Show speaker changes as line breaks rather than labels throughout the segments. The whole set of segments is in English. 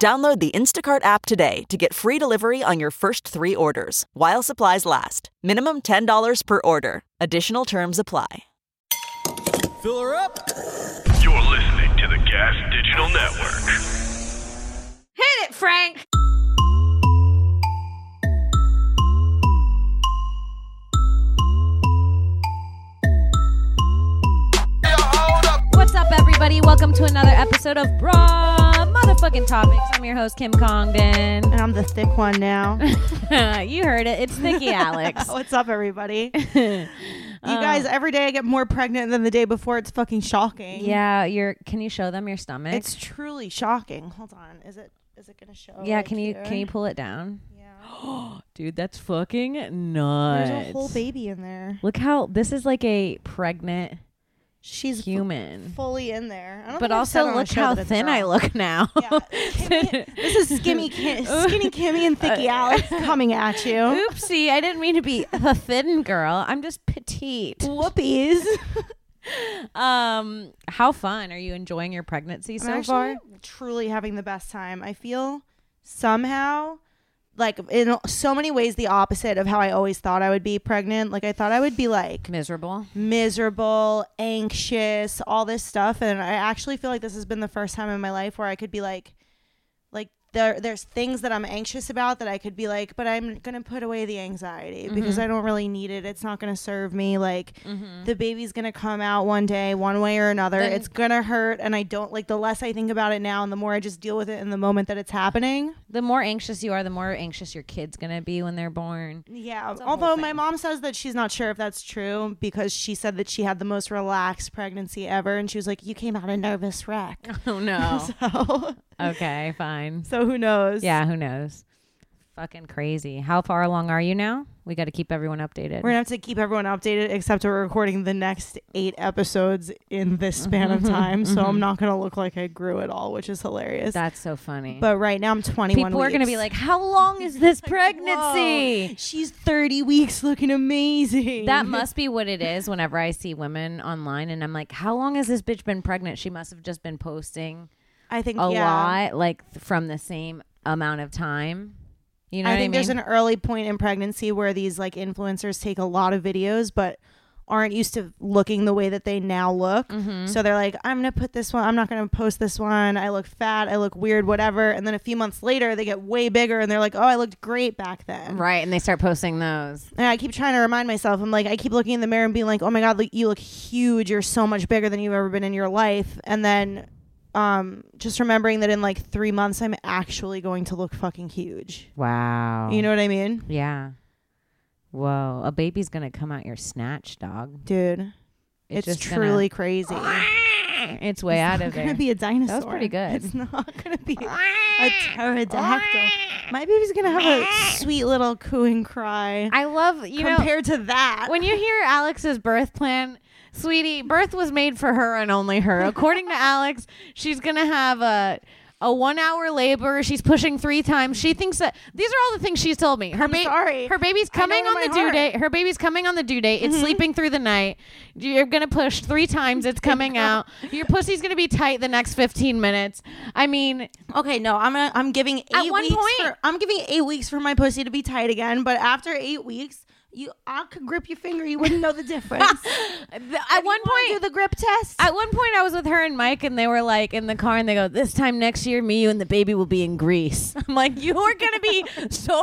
Download the Instacart app today to get free delivery on your first three orders while supplies last. Minimum $10 per order. Additional terms apply.
Fill her up.
You're listening to the Gas Digital Network.
Hit it, Frank. What's up, everybody? Welcome to another episode of Bra Motherfucking Topics. I'm your host, Kim Congdon.
And I'm the thick one now.
you heard it. It's Nikki Alex.
What's up, everybody? you
Um,
guys, every day I get more pregnant than the day before. It's fucking shocking.
yeah, your. Can you show them your stomach?
It's truly shocking. Hold on. Is it is it gonna show?
yeah.
like,
Can you
here?
can you pull it down,
Yeah.
dude? That's fucking nuts.
There's a whole baby in there.
Look how this is like a pregnant
She's fu-
human.
fully in there. I don't
But
think I've said
also,
on the
look
show
how
that it's
thin I
wrong.
look now.
Yeah. Kimmy- this is skinny, Kim, skinny Kimmy and Thicky
Uh,
Alex coming at you.
Oopsie, I didn't mean to be a thin girl. I'm just petite.
Whoopies.
Um, how fun are you enjoying your pregnancy so
I'm
far?
actually truly having the best time. I feel somehow like in so many ways the opposite of how I always thought I would be pregnant. Like I thought I would be like
Miserable.
miserable, anxious, all this stuff and I actually feel like this has been the first time in my life where I could be like like there there's things that I'm anxious about that I could be like, but I'm going to put away the anxiety because I don't really need it. It's not going to serve me like the baby's gonna come out one day, one way or another.
Then-
it's gonna hurt, and I don't like. The less I think about it now, and the more I just deal with it in the moment that it's happening.
The more anxious you are, the more anxious your kid's gonna be when they're born.
Yeah.
a whole
Although my
thing.
mom says that she's not sure if that's true because she said that she had the most relaxed pregnancy ever, and she was like, "You came out a nervous wreck."
Oh no.
so,
okay, fine.
so who knows?
Yeah, who knows? Fucking crazy. How far along are you now? We got to keep everyone updated.
We're gonna have to keep everyone updated, except we're recording the next eight episodes in this
Mm-hmm.
span of time, so I'm not gonna look like I grew at all, which is hilarious.
That's so funny.
but right now I'm 21.
people are gonna be
weeks.
like, "How long is this
Whoa,
pregnancy?"
she's 30 weeks looking amazing.
That must be what it is whenever I see women online and I'm like, how long has this bitch been pregnant? She must have just been posting
I think
a
yeah.
lot, like th- from the same amount of time. You know
I
what
think
I
there's
mean?
an early point in pregnancy where these like influencers take a lot of videos but aren't used to looking the way that they now look.
Mm-hmm.
So they're like, I'm going to put this one, I'm not going to post this one. I look fat, I look weird, whatever. And then a few months later, they get way bigger and they're like, "Oh, I looked great back then."
right. And they start posting those.
And I keep trying to remind myself, I'm like, I keep looking in the mirror and being like, oh my God, look, you look huge. You're so much bigger than you've ever been in your life. And then um, just remembering that in like three months, I'm actually going to look fucking huge.
Wow.
You know what I mean?
Yeah. Whoa. A baby's going to come out your snatch, dog.
Dude, it's,
just gonna-
truly crazy.
it's way out of
It's gonna
there.
be a dinosaur.
pretty good.
It's not gonna be a pterodactyl. My baby's gonna have a sweet little cooing cry
I love, you know,
compared to that.
when you hear Alex's birth plan, sweetie, birth was made for her and only her. According to Alex, she's gonna have a a one hour labor. She's pushing three times. She thinks that these are all the things she's told me. Her baby,
sorry.
her baby's
I know
coming
in
on
my
the due
heart. Mm-hmm.
date. Her baby's coming on the due date. It's sleeping through the night. You're gonna push three times. It's coming out. Your pussy's gonna be tight the next fifteen minutes. I mean,
Okay, no, I'm i I'm giving eight
At one
weeks.
point-
for, I'm giving eight weeks for my pussy to be tight again. But after eight weeks, you I could grip your finger. You wouldn't know the difference.
at one point,
do the grip test.
At one point, I was with her and Mike, and they were like in the car, and they go, "This time next year, me, you, and the baby will be in Greece." I'm like, "You are gonna be so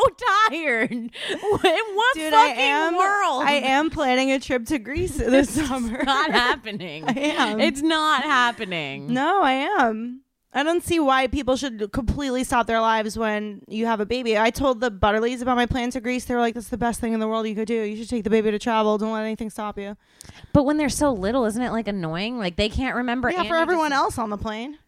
tired in what fucking world?
I am planning a trip to Greece this summer.
not happening.
I am.
It's not happening.
no, I am. I don't see why people should completely stop their lives when you have a baby. I told the Butterleys about my plan to Greece. They were like, "That's the best thing in the world you could do. You should take the baby to travel. Don't let anything stop you."
But when they're so little, isn't it like annoying? Like they can't remember.
Yeah,
and
for
you
everyone
just-
else on the plane.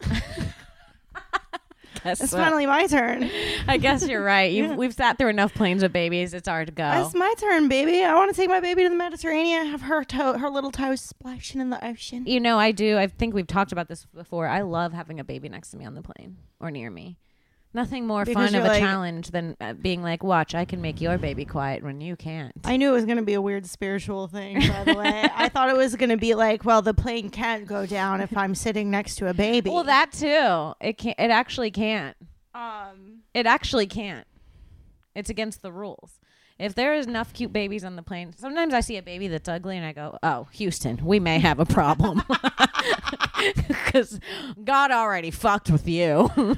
guess
It's
so.
finally my turn.
I guess you're right. You, We've sat through enough planes with babies. It's hard to go.
It's my turn, baby. I want to take my baby to the Mediterranean, have her toe, her little toes splashing in the ocean.
you know, I do. I think we've talked about this before. I love having a baby next to me on the plane or near me. Nothing more
Because
fun of
you're
a
like-
challenge than uh, being like, "Watch, I can make your baby quiet when you can't."
I knew it was going to be a weird spiritual thing, by the way. I thought it was going to be like, well, the plane can't go down if I'm sitting next to a baby.
well, that too. It can not It actually can't.
Um,
It actually can't. It's against the rules. If there is enough cute babies on the plane, sometimes I see a baby that's ugly and I go, "Oh, Houston, we may have a problem." Cuz God already fucked with you.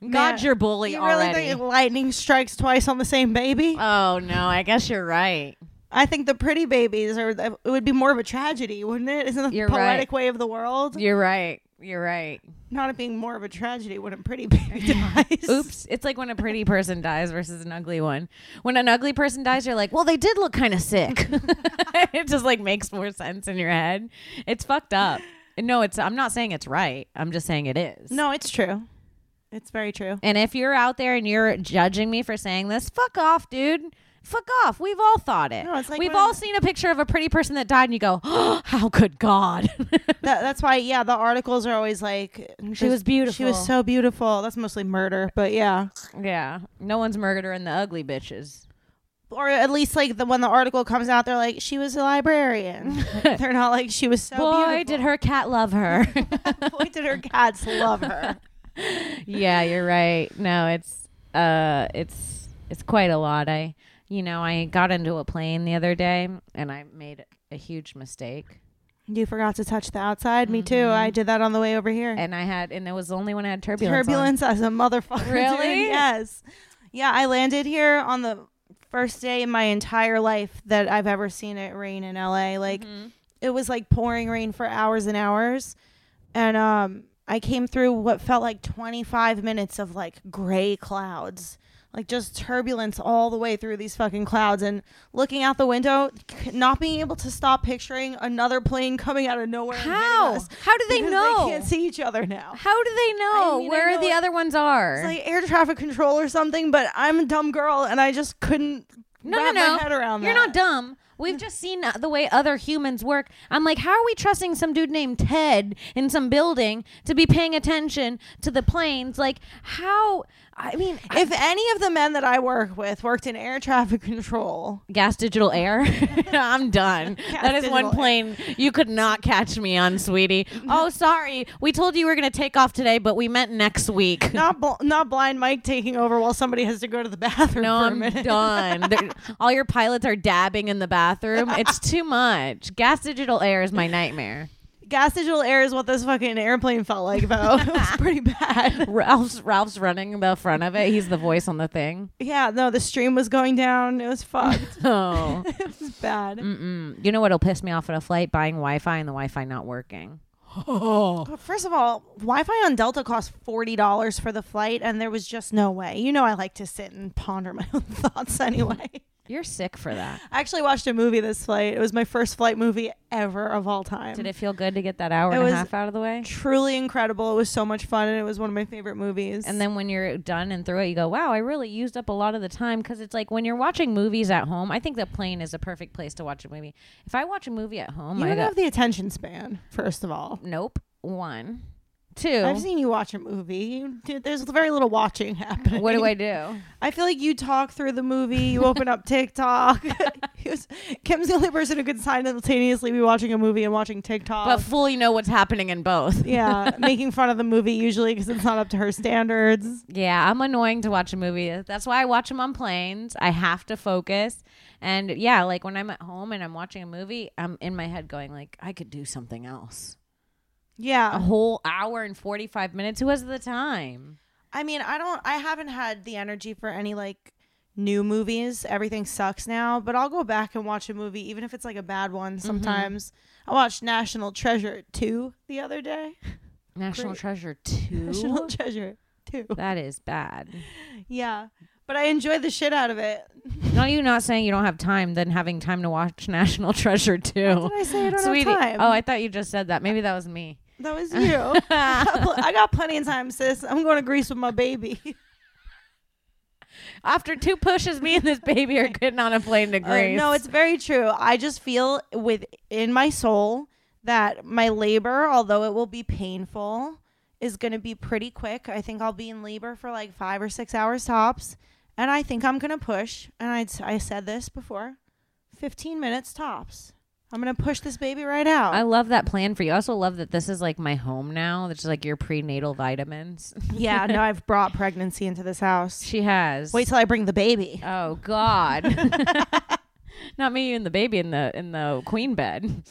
Man,
God's your bully
you really
already.
think lightning strikes twice on the same baby?
oh no, I guess you're right.
I think the pretty babies are. the- It would be more of a tragedy, wouldn't it? Isn't that the
You're right.
poetic way of the world?
You're right. You're right.
Not it being more of a tragedy when a pretty baby dies.
Oops. It's like when a pretty person dies versus an ugly one. When an ugly person dies, you're like, well, they did look kind of sick. it just like makes more sense in your head. It's fucked up. No, it's, I'm not saying it's right. I'm just saying it is.
No, it's true. It's very true.
And if you're out there and you're judging me for saying this, fuck off, dude. Fuck off. We've all thought it.
No, it's like
We've
when-
all seen a picture of a pretty person that died and you go, oh, how could God?
That, that's why, yeah, the articles are always like,
She was
She was
beautiful.
so beautiful. That's mostly murder, but yeah.
yeah. No one's murdering the ugly bitches.
Or at least like the when the article comes out, they're like, she was a librarian. they're not like she was so
Boy,
Oh, beautiful.
did her cat love her.
Boy, did her cats love her.
yeah, you're right. No, it's uh it's it's quite a lot. I you know, I got into a plane the other day and I made a huge mistake.
You forgot to touch the outside. Me too. I did that on the way over here.
And I had and it was the only when I had turbulence. on.
turbulence as a motherfucker. dude.
Really?
Yes. Yeah, I landed here on the first day in my entire life that I've ever seen it rain in LA. Like
Mm-hmm.
it was like pouring rain for hours and hours. And um I came through what felt like 25 minutes of like gray clouds. Like just turbulence all the way through these fucking clouds and looking out the window, c- not being able to stop picturing another plane coming out of nowhere. and hitting
How?
us
How do they
because
know?
They can't see each other now.
How do they know
I mean, I
where
know
the
it-
other ones are?
It's like air traffic control or something, but I'm a dumb girl and I just couldn't
no,
wrap
no, no.
my head around
You're
that.
not dumb. We've just seen the way other humans work. I'm like, how are we trusting some dude named Ted in some building to be paying attention to the planes? Like, how? I mean,
If any of the men that I work with worked in air traffic control,
Gas Digital Air. I'm done. that is one
Digital Air. Mm-hmm.
plane you could not catch me on, sweetie. Oh, sorry. We told you we were going to take off today, but we meant next week.
not bl- not blind Mike taking over while somebody has to go to the bathroom.
No,
for a
I'm
minute.
done. They're- All your pilots are dabbing in the bathroom. It's too much. Gas Digital Air is my nightmare.
Gas digital air is what this fucking airplane felt like though. it was pretty bad.
Ralph's Ralph's running the front of it. He's the voice on the thing.
Yeah, no, the stream was going down. It was fucked.
Oh,
it was bad.
Mm. you know what'll piss me off at a flight? Buying Wi-Fi and the Wi-Fi not working.
But first of all, Wi-Fi on Delta cost forty dollars for the flight, and there was just no way. You know, I like to sit and ponder my own thoughts anyway.
You're sick for that.
I actually watched a movie this flight. It was my first flight movie ever of all time.
Did it feel good to get that hour
It
and
was-
a half out of the way?
Truly incredible. It was so much fun, and it was one of my favorite movies.
And then when you're done and through it, you go, wow, I really used up a lot of the time. Because it's like when you're watching movies at home, I think the plane is a perfect place to watch a movie. If I watch a movie at home,
you
I
don't
go,
have the attention span. First of all,
nope, one,
I've
two.
seen you watch a movie. You, dude, there's very little watching happening.
What do I do?
I feel like you talk through the movie. You open up TikTok. He was- Kim's the only person who could simultaneously be watching a movie and watching TikTok.
But fully know what's happening in both.
yeah, making fun of the movie usually because it's not up to her standards.
Yeah, I'm annoying to watch a movie. That's why I watch them on planes. I have to focus. And yeah, like when I'm at home and I'm watching a movie, I'm in my head going like, I could do something else. A
Yeah.
whole hour and 45 minutes. Who has the time?
I mean, I don't, I haven't had the energy for any like new movies. Everything sucks now, but I'll go back and watch a movie, even if it's like a bad one sometimes. I watched National Treasure 2 the other day.
National
Great.
Treasure 2.
National Treasure 2.
that is bad.
Yeah. But I enjoyed the shit out of it.
No, you not saying you don't have time, then having time to watch National Treasure 2.
Did I say I don't
Sweetie.
have time?
Oh, I thought you just said that. Maybe that was me.
That was you. I got plenty of time, sis. I'm going to Greece with my baby.
After two pushes, me and this baby are getting on a plane to
Uh,
Greece.
no, it's very true. I just feel within my soul that my labor, although it will be painful, is going to be pretty quick. I think I'll be in labor for like five or six hours tops. And I think I'm going to push. And I, I said this before 15 minutes tops. I'm going to push this baby right out.
I love that plan for you. I also love that this is like my home now. This is like your prenatal vitamins.
yeah, no, I've brought pregnancy into this house.
She has.
Wait till I bring the baby.
Oh God. Not me and the baby in the in the queen bed.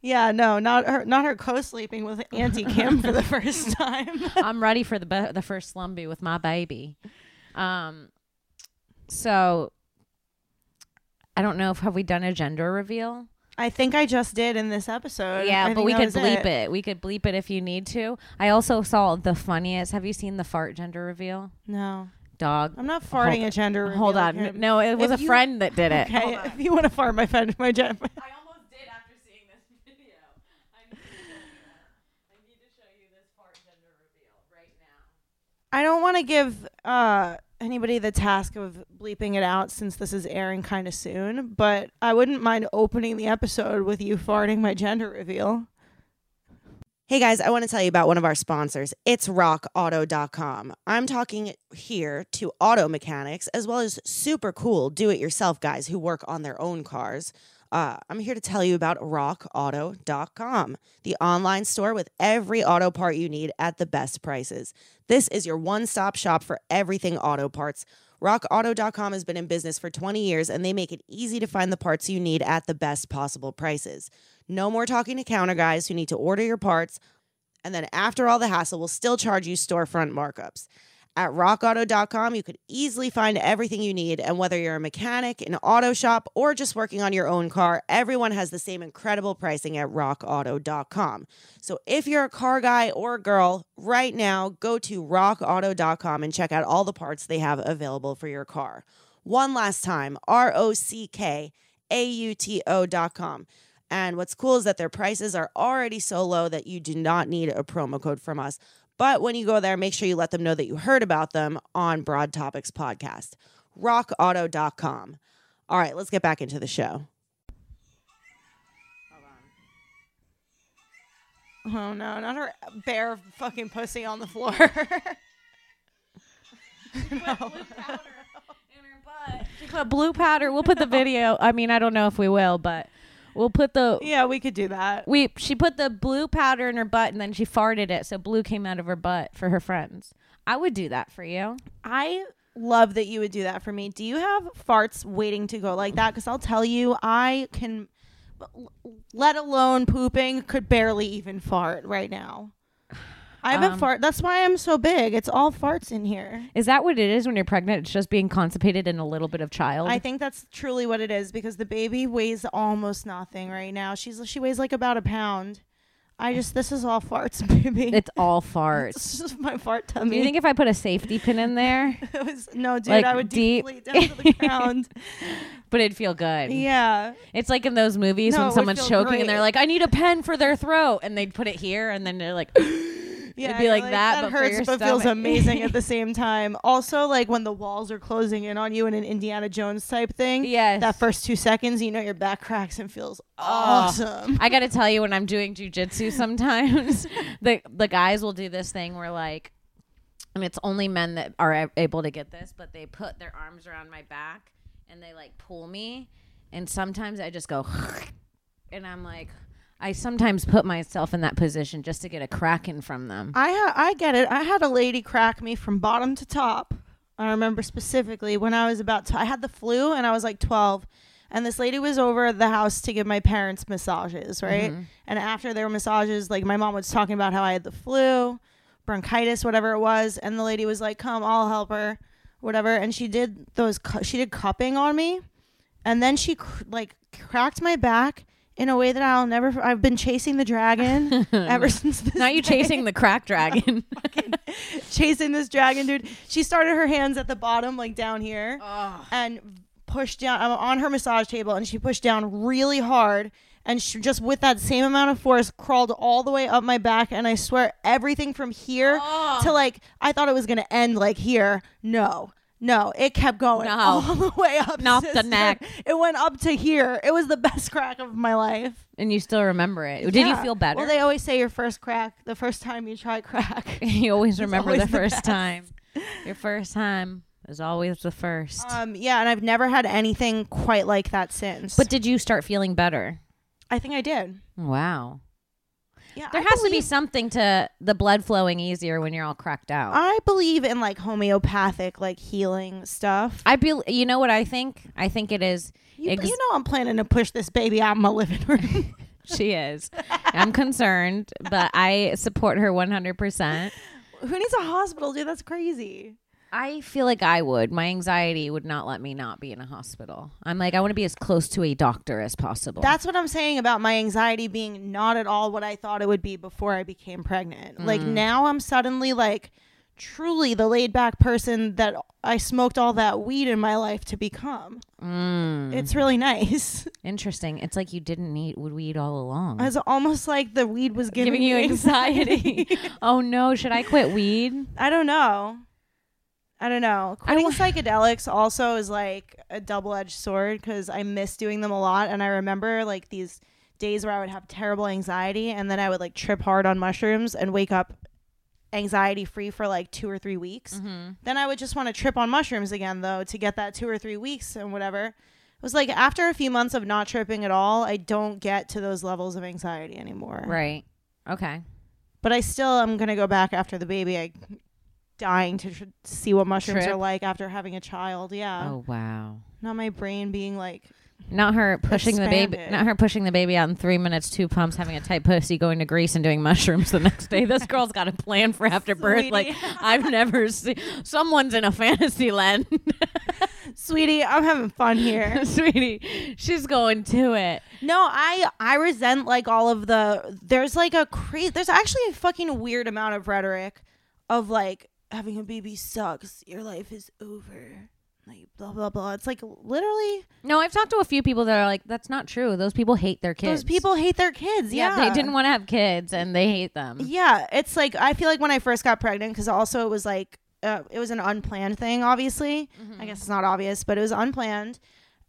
Yeah, no, not her, not her co-sleeping with Auntie Kim for the first time.
I'm ready for the be- the first slumby with my baby. Um, so I don't know if have we done a gender reveal?
I think I just did in this episode. I
Yeah, but
think
we
that
could
was
bleep it. We could bleep it if you need to. I also saw the funniest. Have you seen the fart gender reveal?
No,
Dog.
I'm not farting
Hold-
a gender. Reveal
Hold on.
Kim.
No, it was
If
a
you-
friend that did it.
Okay, if you want to fart my friend, my gender.
I almost did after seeing this video. I need to show you that. I need to show you this fart gender reveal right now.
I don't want to give uh, anybody the task of bleeping it out since this is airing kind of soon. But I wouldn't mind opening the episode with you farting my gender reveal. Hey guys, I want to tell you about one of our sponsors. It's rockauto.com. I'm talking here to auto mechanics as well as super cool do it yourself guys who work on their own cars. Uh, I'm here to tell you about rockauto.com, the online store with every auto part you need at the best prices. This is your one stop shop for everything auto parts. RockAuto.com has been in business for 20 years and they make it easy to find the parts you need at the best possible prices. No more talking to counter guys who need to order your parts and then after all the hassle will still charge you storefront markups. At rockauto.com, you could easily find everything you need. And whether you're a mechanic, an auto shop, or just working on your own car, everyone has the same incredible pricing at rockauto.com. So if you're a car guy or a girl, right now go to rockauto.com and check out all the parts they have available for your car. One last time, R O C K A U T O.com. And what's cool is that their prices are already so low that you do not need a promo code from us. But when you go there, make sure you let them know that you heard about them on Broad Topics Podcast, rockauto.com. All right, let's get back into the show. Oh no, not her bare fucking pussy on the floor.
She put blue powder. We'll put the video. I mean, I don't know if we will, but we'll put the
yeah, we could do that.
we. She put the blue powder in her butt, and then she farted it, so blue came out of her butt for her friends. I would do that for you.
I love that you would do that for me. Do you have farts waiting to go like that? Because I'll tell you, I can, let alone pooping, could barely even fart right now. I haven't
Um,
fart. That's why I'm so big. It's all farts in here.
Is that what it is when you're pregnant? It's just being constipated and a little bit of child.
I think that's truly what it is because the baby weighs almost nothing right now. She's she weighs like about a pound. I just this is all farts, baby.
it's all farts.
this is my fart tummy.
Do you think if I put a safety pin in there,
it was no, dude?
like,
I would
deep-
deflate down to the ground.
but it'd feel good?
yeah.
It's like in those movies
No, it
when
would
someone's
feel
choking
great.
and they're like, "I need a pen for their throat," and they'd put it here, and then they're like,
Yeah,
It'd be
you're
like that, but for
hurts,
your
but feels
stomach.
amazing at the same time. Also, like when the walls are closing in on you in an Indiana Jones type thing.
Yes. Ah.
that first two seconds, you know your back cracks and feels awesome.
I got to tell you, when I'm doing jujitsu, sometimes the the guys will do this thing where like, and it's only men that are a- able to get this, but they put their arms around my back and they like pull me, and sometimes I just go, and I'm like, I sometimes put myself in that position just to get a kraken from them.
I ha- I get it. I had a lady crack me from bottom to top. I remember specifically when I was about to, I had the flu and I was like 12. And this lady was over at the house to give my parents massages, right? And after their massages, like my mom was talking about how I had the flu, bronchitis, whatever it was. And the lady was like, come, I'll help her, whatever. And she did those, cu- she did cupping on me. And then she cr- like cracked my back in a way that I'll never, f- I've been chasing the dragon ever since this
Now you chasing the crack dragon.
chasing this dragon dude. She started her hands at the bottom, like down here, and pushed down. I'm on her massage table, and she pushed down really hard. And she just with that same amount of force crawled all the way up my back, and I swear everything from here to like I thought it was gonna end like here. No, no, it kept going
No.
all the way up.
Not the
sister.
neck.
It went up to here. It was the best crack of my life.
and you still remember it. Did you
Yeah.
feel better?
Well, they always say your first crack, the first time you try crack.
you always remember
always
the
the
first
best.
time. Your first time is always the first.
Um, yeah, and I've never had anything quite like that since.
but did you start feeling better?
I think I did.
Wow.
Yeah,
There
I
has to be
believe-
something to the blood flowing easier when you're all cracked out.
I believe in like homeopathic, like healing stuff.
I be, you know what I think? I think it is.
You,
ex-
you know, I'm planning to push this baby out of my living room.
she is. I'm concerned, but I support her 100%.
Who needs a hospital, dude? That's crazy.
I feel like I would. My anxiety would not let me not be in a hospital. I'm like, I want to be as close to a doctor as possible.
That's what I'm saying about my anxiety being not at all what I thought it would be before I became pregnant. Like now I'm suddenly like truly the laid back person that I smoked all that weed in my life to become. It's really nice.
interesting. It's like you didn't eat would weed all along.
It's almost like the weed was giving,
giving you
me
anxiety. oh no, should I quit weed?
I don't know. I don't know. Quitting psychedelics also is like a double edged sword because I miss doing them a lot. And I remember like these days where I would have terrible anxiety and then I would like trip hard on mushrooms and wake up anxiety free for like two or three weeks.
Mm-hmm.
Then I would just want to trip on mushrooms again though to get that two or three weeks and whatever. It was like after a few months of not tripping at all, I don't get to those levels of anxiety anymore.
Right. Okay.
But I still am gonna go back after the baby. I dying to tr- see what mushrooms
Trip.
are like after having a child. Yeah,
Oh wow.
not my brain being like,
Not her pushing the baby.
Expanded.
Not her pushing the baby out in three minutes, two pumps, having a tight pussy, going to Greece and doing mushrooms the next day. This girl's got a plan for after birth. Like I've never seen. Someone's in a fantasy land,
sweetie, I'm having fun here.
sweetie. She's going to it.
no, I I resent like all of the. There's like a crazy. There's actually a fucking weird amount of rhetoric, of like having a baby sucks. Your life is over. Like blah blah blah. It's like literally
No, I've talked to a few people that are like, that's not true. Those people hate their kids.
those people hate their kids.
yeah,
Yeah,
they didn't want to have kids and they hate them.
Yeah, it's like I feel like when I first got pregnant, because also it was like uh, it was an unplanned thing. Obviously,
Mm-hmm.
I guess it's not obvious, but it was unplanned.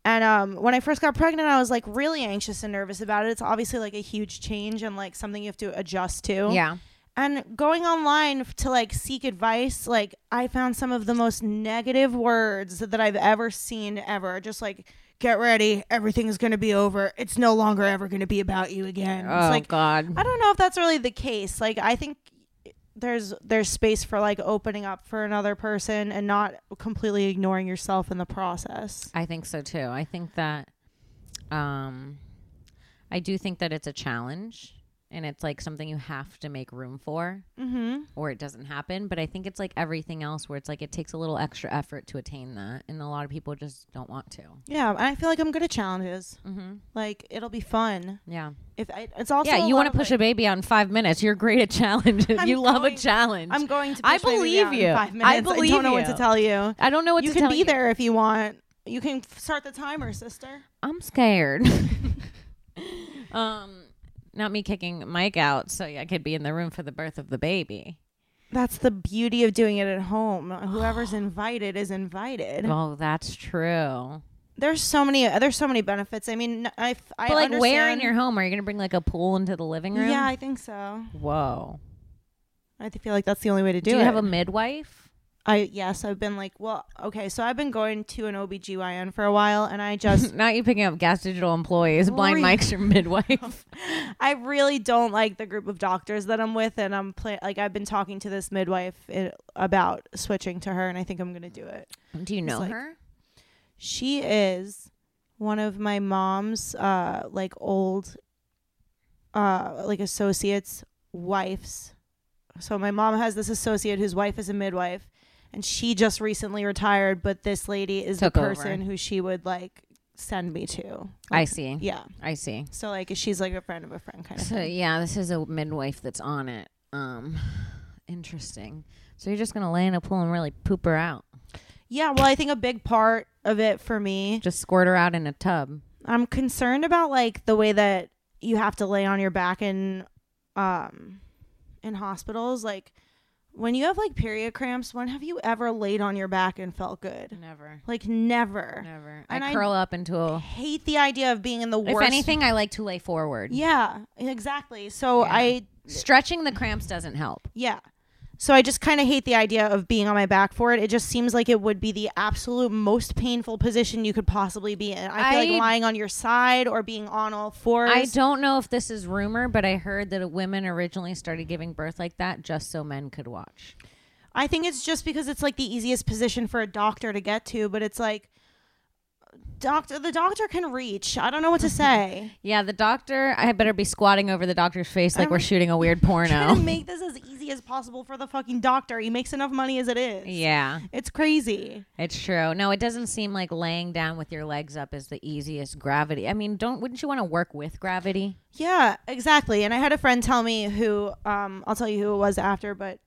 And um, when I first got pregnant, I was like really anxious and nervous about it. It's obviously like a huge change and like something you have to adjust to.
Yeah.
And going online f- to like seek advice, like I found some of the most negative words that I've ever seen ever. Just like get ready, everything's gonna be over. It's no longer ever gonna be about you again.
Oh
it's like
God.
I don't know if that's really the case. Like I think there's there's space for like opening up for another person and not completely ignoring yourself in the process.
I think so too. I think that um I do think that it's a challenge and it's like something you have to make room for
Mm-hmm.
or it doesn't happen, but I think it's like everything else where it's like it takes a little extra effort to attain that and a lot of people just don't want to.
Yeah, and I feel like I'm good at challenges.
Mhm.
Like it'll be fun.
Yeah.
If I, it's Mm-hmm. also
yeah, you want
want
to push a baby out in 5 minutes. You're great at challenges.
I'm
you love a
going-
challenge.
I'm going to. Push
I
my baby
believe
out
you.
In
I
five minutes.
believe
I don't know what
you.
to tell you.
I don't know what
you
to
can
tell
be
you.
there if you want. You can f- start the timer, sister.
I'm scared. um not me kicking Mike out so I could be in the room for the birth of the baby.
That's the beauty of doing it at home. Whoever's invited is invited.
Oh, that's true.
There's so many. There's so many benefits. I mean, I. f- I
But like, where in
understand-
your home are you going to bring like a pool into the living room?
Yeah, I think so.
Whoa.
I th- feel like that's the only way to do,
Do, you
it.
have a midwife?
I yes, I've been like, well, okay, so I've been going to an OBGYN for a while, and I just,
Not you picking up gas digital employees. Blind
Lori.
Mike's your midwife.
I really don't like the group of doctors that I'm with, and I'm pla- like, I've been talking to this midwife i about switching to her, and I think I'm gonna do it.
Do you know
like-
her?
She is one of my mom's uh like old uh like associates wives. So my mom has this associate whose wife is a midwife and she just recently retired, but this lady is
Took
the
over. Mm.
person who she would like send me to.
I see.
Yeah.
I see.
So like she's like a friend of a friend kind of
So
thing.
yeah, this is a midwife that's on it. Um, interesting. So you're just gonna lay in a pool and really poop her out.
Yeah, well I think a big part of it for me.
Just squirt her out in a tub.
I'm concerned about like the way that you have to lay on your back in um in hospitals like when you have like period cramps, when have you ever laid on your back and felt good?
Never.
Like never.
Never.
And
I
I-
curl up into a.
Hate the idea of being in the worst.
If anything, I like to lay forward.
yeah, exactly. So I
Stretching the cramps doesn't help.
Yeah. So I just kind of hate the idea of being on my back for it. It just seems like it would be the absolute most painful position you could possibly be in. I feel
I-
like lying on your side or being on all fours.
I don't know if this is rumor, but I heard that women originally started giving birth like that just so men could watch.
I think it's just because it's like the easiest position for a doctor to get to, but it's like doctor the doctor can reach. I don't know what to say.
Yeah, the doctor. I better be squatting over the doctor's face like
I'm-
we're shooting a weird
Trying to
porno.
make this as easy as possible for the fucking doctor. He makes enough money as it is.
Yeah,
It's crazy.
it's true. No, it doesn't seem like laying down with your legs up is the easiest gravity. I mean, don't wouldn't you want to work with gravity?
Yeah, exactly. And I had a friend tell me who, um, I'll tell you who it was after, but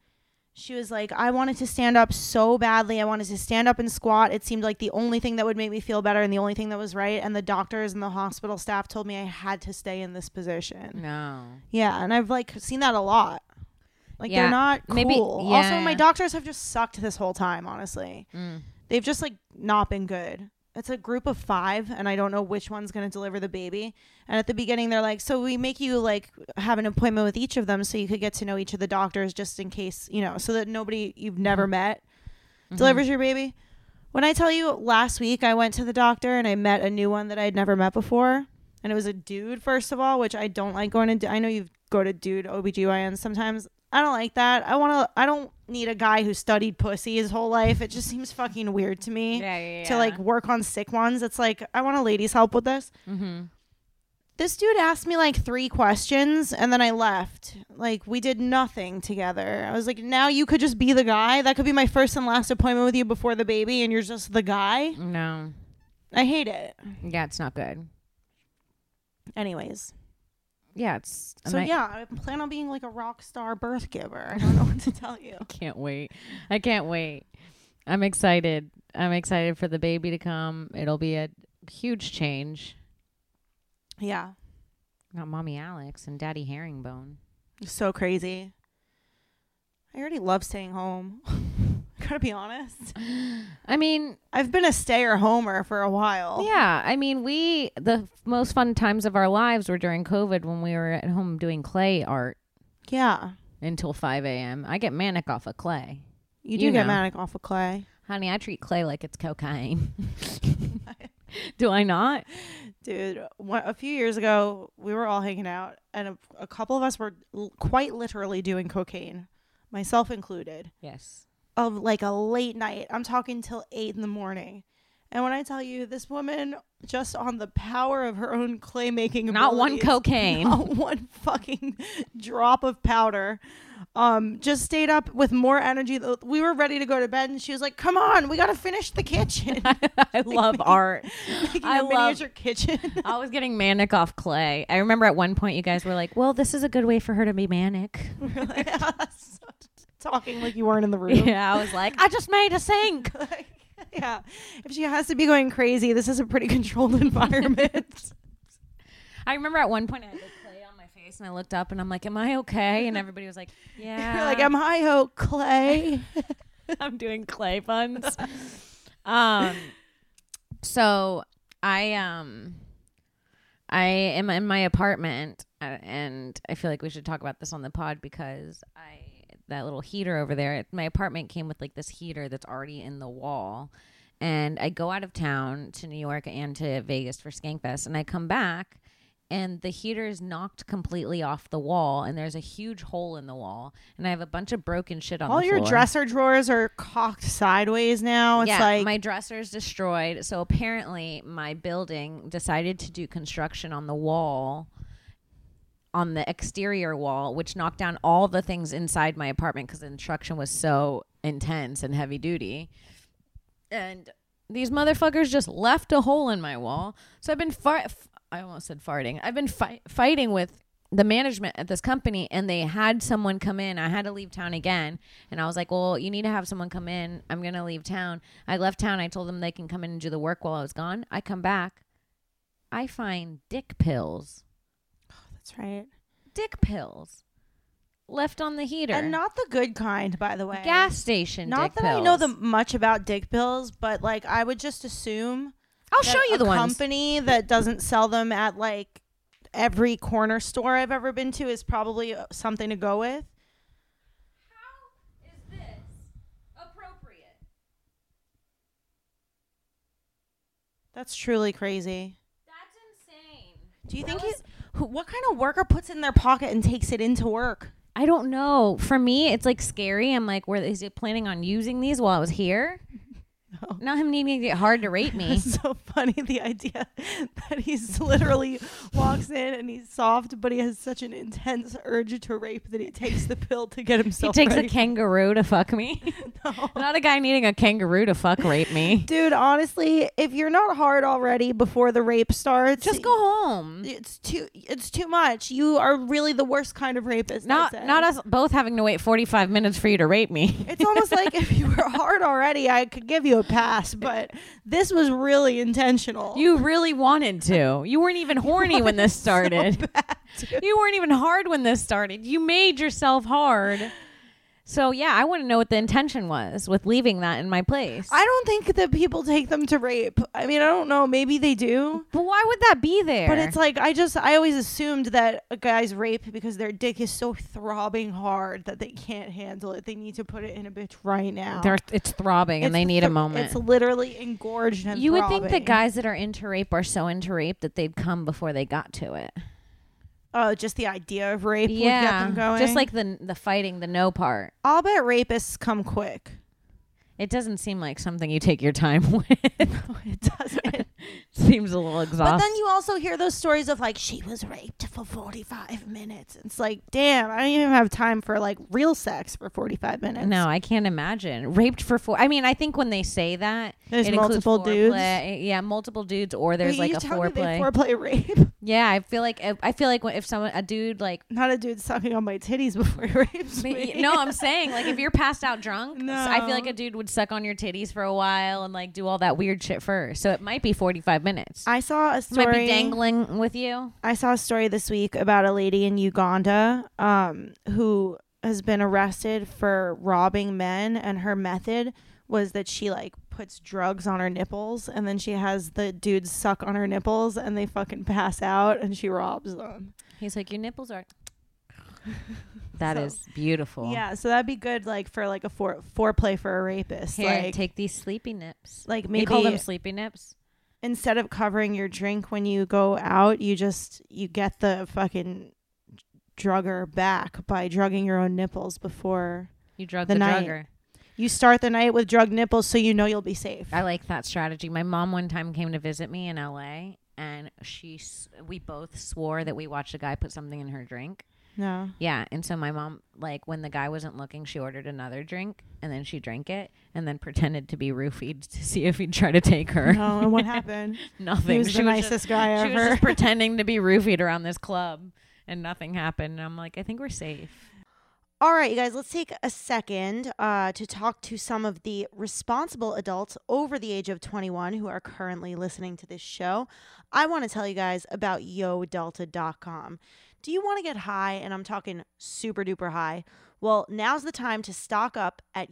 she was like, I wanted to stand up so badly. I wanted to stand up and squat. It seemed like the only thing that would make me feel better and the only thing that was right. And the doctors and the hospital staff told me I had to stay in this position.
No.
Yeah. And I've like seen that a lot. Like
Yeah,
they're not cool.
maybe-
also,
yeah. Mm.
my doctors have just sucked this whole time, honestly. They've just like not been good. It's a group of five, and I don't know which one's going to deliver the baby. And at the beginning, they're like, "So we make you like have an appointment with each of them, so you could get to know each of the doctors, just in case, you know, so that nobody you've never
Mm.
met
Mm-hmm.
delivers your baby." When I tell you last week, I went to the doctor and I met a new one that I had never met before, and it was a dude first of all, which I don't like going to. du- I know you go to dude OBGYN sometimes. I don't like that. I want to. I don't need a guy who studied pussy his whole life. It just seems fucking weird to me
Yeah, yeah,
to like work on sick ones. It's like I want a lady's help with this.
Mm-hmm.
This dude asked me like three questions and then I left. Like we did nothing together. I was like, now you could just be the guy. That could be my first and last appointment with you before the baby, and you're just the guy.
No.
I hate it.
Yeah, it's not good.
Anyways,
Yeah, it's.
so
I-
yeah, I plan on being like a rock star birth giver. I don't know what to tell you.
can't wait. I can't wait. I'm excited. I'm excited for the baby to come. It'll be a huge change.
Yeah,
Got mommy Alex and daddy herringbone.
so crazy. I already love staying home. Gotta be honest.
I mean,
I've been a stayer homer for a while.
yeah. I mean, we the most fun times of our lives were during COVID when we were at home doing clay art
Yeah.
until 5 a.m. I get manic off of clay.
You do
You
get
know.
manic off of clay.
Honey, I treat clay like it's cocaine. Do I not?
Dude, one, a few years ago, we were all hanging out, and a, a couple of us were l- quite literally doing cocaine, myself included,
Yes.
of like a late night. I'm talking till eight in the morning. And when I tell you, this woman, just on the power of her own clay making,
Not one cocaine.
not one fucking drop of powder, um, just stayed up with more energy. th- We were ready to go to bed, and she was like, "Come on, we gotta finish the kitchen."
I love art.
Making
I
a
love-
miniature kitchen.
I was getting manic off clay. I remember at one point you guys were like, "Well, this is a good way for her to be manic."
talking like you weren't in the room.
yeah, I was like, "I just made a sink."
Like, yeah. If she has to be going crazy, this is a pretty controlled environment.
I remember at one point I had the clay on my face and I looked up and I'm like, "Am I okay?" And everybody was like, "Yeah."
You're like, am I ho clay?
I'm doing clay buns. um, so I um, I am in my apartment, uh, and I feel like we should talk about this on the pod because I that little heater over there. My apartment came with like this heater that's already in the wall. And I go out of town to New York and to Vegas for Skankfest, and I come back, and the heater is knocked completely off the wall, and there's a huge hole in the wall, and I have a bunch of broken shit on
All
the
your
floor.
dresser drawers are cocked sideways now. It's
yeah,
like
my dresser's destroyed. So apparently, my building decided to do construction on the wall, on the exterior wall, which knocked down all the things inside my apartment because the construction was so intense and heavy duty. And these motherfuckers just left a hole in my wall. So I've been far. F- I almost said farting. I've been fi- fighting with the management at this company and they had someone come in. I had to leave town again. And I was like, well, you need to have someone come in. I'm going to leave town. I left town. I told them they can come in and do the work while I was gone. I come back. I find dick pills.
That's right.
Dick pills left on the heater.
And not the good kind, by the way.
gas station.
Not
dick
that I know
pills.
the much about dick pills, but like I would just assume
I'll
that
show you
a
the ones.
company that doesn't sell them at like every corner store I've ever been to is probably uh, something to go with.
How is this appropriate?
That's truly crazy.
That's insane.
Do you
That
think
was-
he's who, what kind of worker puts it in their pocket and takes it into work?
I don't know. For me, it's like scary. I'm like, were is he planning on using these while I was here?
No.
Not him needing to get hard to rape me.
It's so funny the idea that he's literally walks in and he's soft, but he has such an intense urge to rape that he takes the pill to get
he
himself.
takes
ready.
a kangaroo to fuck me. Not a guy needing a kangaroo to fuck rape me.
Dude, honestly, if you're not hard already before the rape starts,
Just go home.
It's too. It's too much. You are really the worst kind of rapist.
Not
I'd say.
not us both having to wait 45 minutes for you to rape me.
It's almost like if you were hard already, I could give you a pass, but this was really intentional.
You really wanted to. You weren't even horny when this started. you weren't even hard when this started. You made yourself hard. So yeah, I want to know what the intention was with leaving that in my place.
I don't think that people take them to rape. I mean, I don't know. Maybe they do.
but why would that be there?
But it's like I just I always assumed that a guy's rape because their dick is so throbbing hard that they can't handle it. They need to put it in a bitch right now.
They're, it's throbbing and they
It's
need a
thr-
moment.
It's literally engorged and
you would think that
throbbing.
guys that are into rape are so into rape that they'd come before they got to it.
Oh, just the idea of rape
yeah,
would get them going.
just like the the fighting, the no part.
I'll bet rapists come quick.
It doesn't seem like something you take your time with.
It doesn't.
Seems a little exhausting.
But then you also hear those stories of like she was raped for 45 minutes. It's like, damn, I don't even have time for like real sex for 45 minutes.
No, I can't imagine. Raped for four. I mean, I think when they say that,
There's
it includes
multiple dudes?
foreplay. Yeah, multiple dudes, or
Wait,
there's like
you
a
tell me they
foreplay.
foreplay rape.
yeah, I feel like I feel like when- if someone a dude like.
Not a dude sucking on my titties before he rapes me.
No, I'm saying like if you're passed out drunk, s- I feel like
No.
a dude would suck on your titties for a while and like do all that weird shit first. So it might be 45 minutes.
I saw a story.
might be dangling with you.
I saw a story this week about a lady in Uganda um, who has been arrested for robbing men, and her method was that she like puts drugs on her nipples, and then she has the dudes suck on her nipples, and they fucking pass out, and she robs them.
He's like, your nipples are. That is beautiful.
Yeah, so that'd be good, like for like a fore- foreplay for a rapist.
Here,
like,
take these sleepy nips.
like
They call them
maybe-
sleepy nips.
instead of covering your drink when you go out, you just you get the fucking drugger back by drugging your own nipples before.
You drug the,
The night.
drugger.
You start the night with drug nipples so you know you'll be safe.
I like that strategy. My mom one time came to visit me in LA, and she s- we both swore that we watched a guy put something in her drink.
No.
Yeah, and so my mom like when the guy wasn't looking, she ordered another drink, and then she drank it, and then pretended to be roofied to see if he'd try to take her.
No, and what happened?
nothing.
He was the nicest
just,
guy
She was
ever.
just pretending to be roofied around this club, and nothing happened. And I'm like, I think we're safe.
All right, you guys, let's take a second uh, to talk to some of the responsible adults over the age of 21 who are currently listening to this show. I want to tell you guys about yodelta.com. Do you want to get high? And I'm talking super duper high. Well, now's the time to stock up at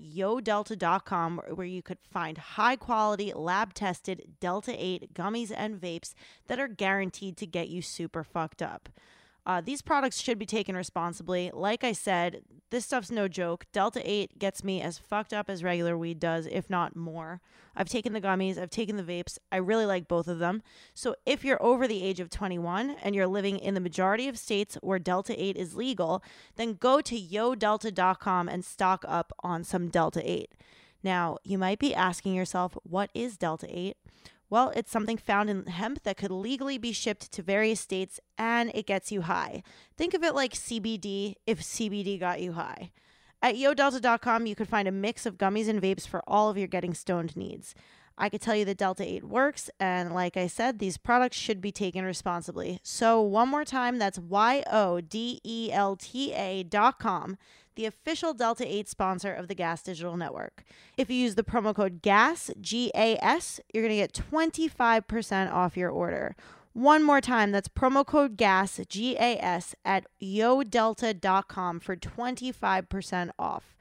yodelta.com where- where you could find high quality, lab tested Delta 8 gummies and vapes that are guaranteed to get you super fucked up. Uh, these products should be taken responsibly. Like I said, this stuff's no joke. Delta 8 gets me as fucked up as regular weed does, if not more. I've taken the gummies, I've taken the vapes. I really like both of them. So if you're over the age of 21 and you're living in the majority of states where Delta 8 is legal, then go to yodelta.com and stock up on some Delta 8. Now, you might be asking yourself, what is Delta 8? Well, it's something found in hemp that could legally be shipped to various states and it gets you high. Think of it like CBD if CBD got you high. At yodelta.com, you can find a mix of gummies and vapes for all of your getting stoned needs. I could tell you that Delta 8 works, and like I said, these products should be taken responsibly. So, one more time, that's Y O D E L T A dot com, the official Delta 8 sponsor of the Gas Digital Network. If you use the promo code GAS, G A S, you're going to get 25% off your order. One more time, that's promo code GAS, G A S, at yodelta.com for 25% off.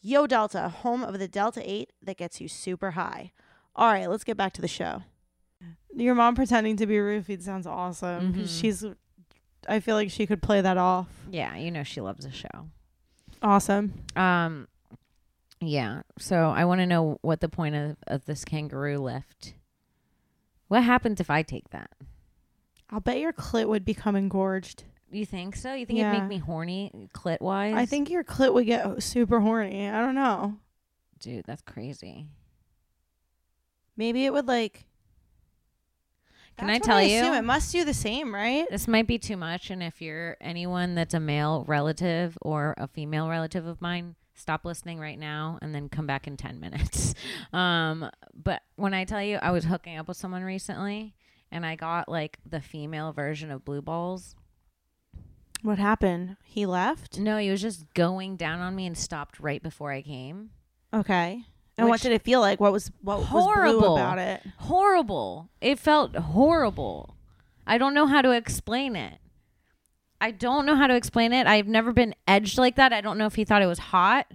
Yo Delta, home of the Delta 8 that gets you super high. All right, let's get back to the show. Your mom pretending to be roofied sounds awesome. 'cause
Mhm.
She's, I feel like she could play that off.
Yeah, you know she loves the show.
Awesome.
Um, yeah. So I want to know what the point of, of this kangaroo lift. What happens if I take that?
I'll bet your clit would become engorged.
You think so? You think it'd
Yeah.
make me horny clit wise?
I think your clit would get super horny. I don't know.
dude, that's crazy.
Maybe it would like.
Can
That's
I
what
tell
assume.
you?
It must do the same, right?
This might be too much, and if you're anyone that's a male relative or a female relative of mine, stop listening right now and then come back in 10 minutes. Um, but when I tell you, I was hooking up with someone recently and I got like the female version of blue balls.
What happened? He left.
No, he was just going down on me and stopped right before I came.
Okay. And what
Which-
did Oh, it feel like? What was what was blue
Horrible.
about it?
Horrible. It felt horrible. I don't know how to explain it. I don't know how to explain it. I've never been edged like that. I don't know if he thought it was hot.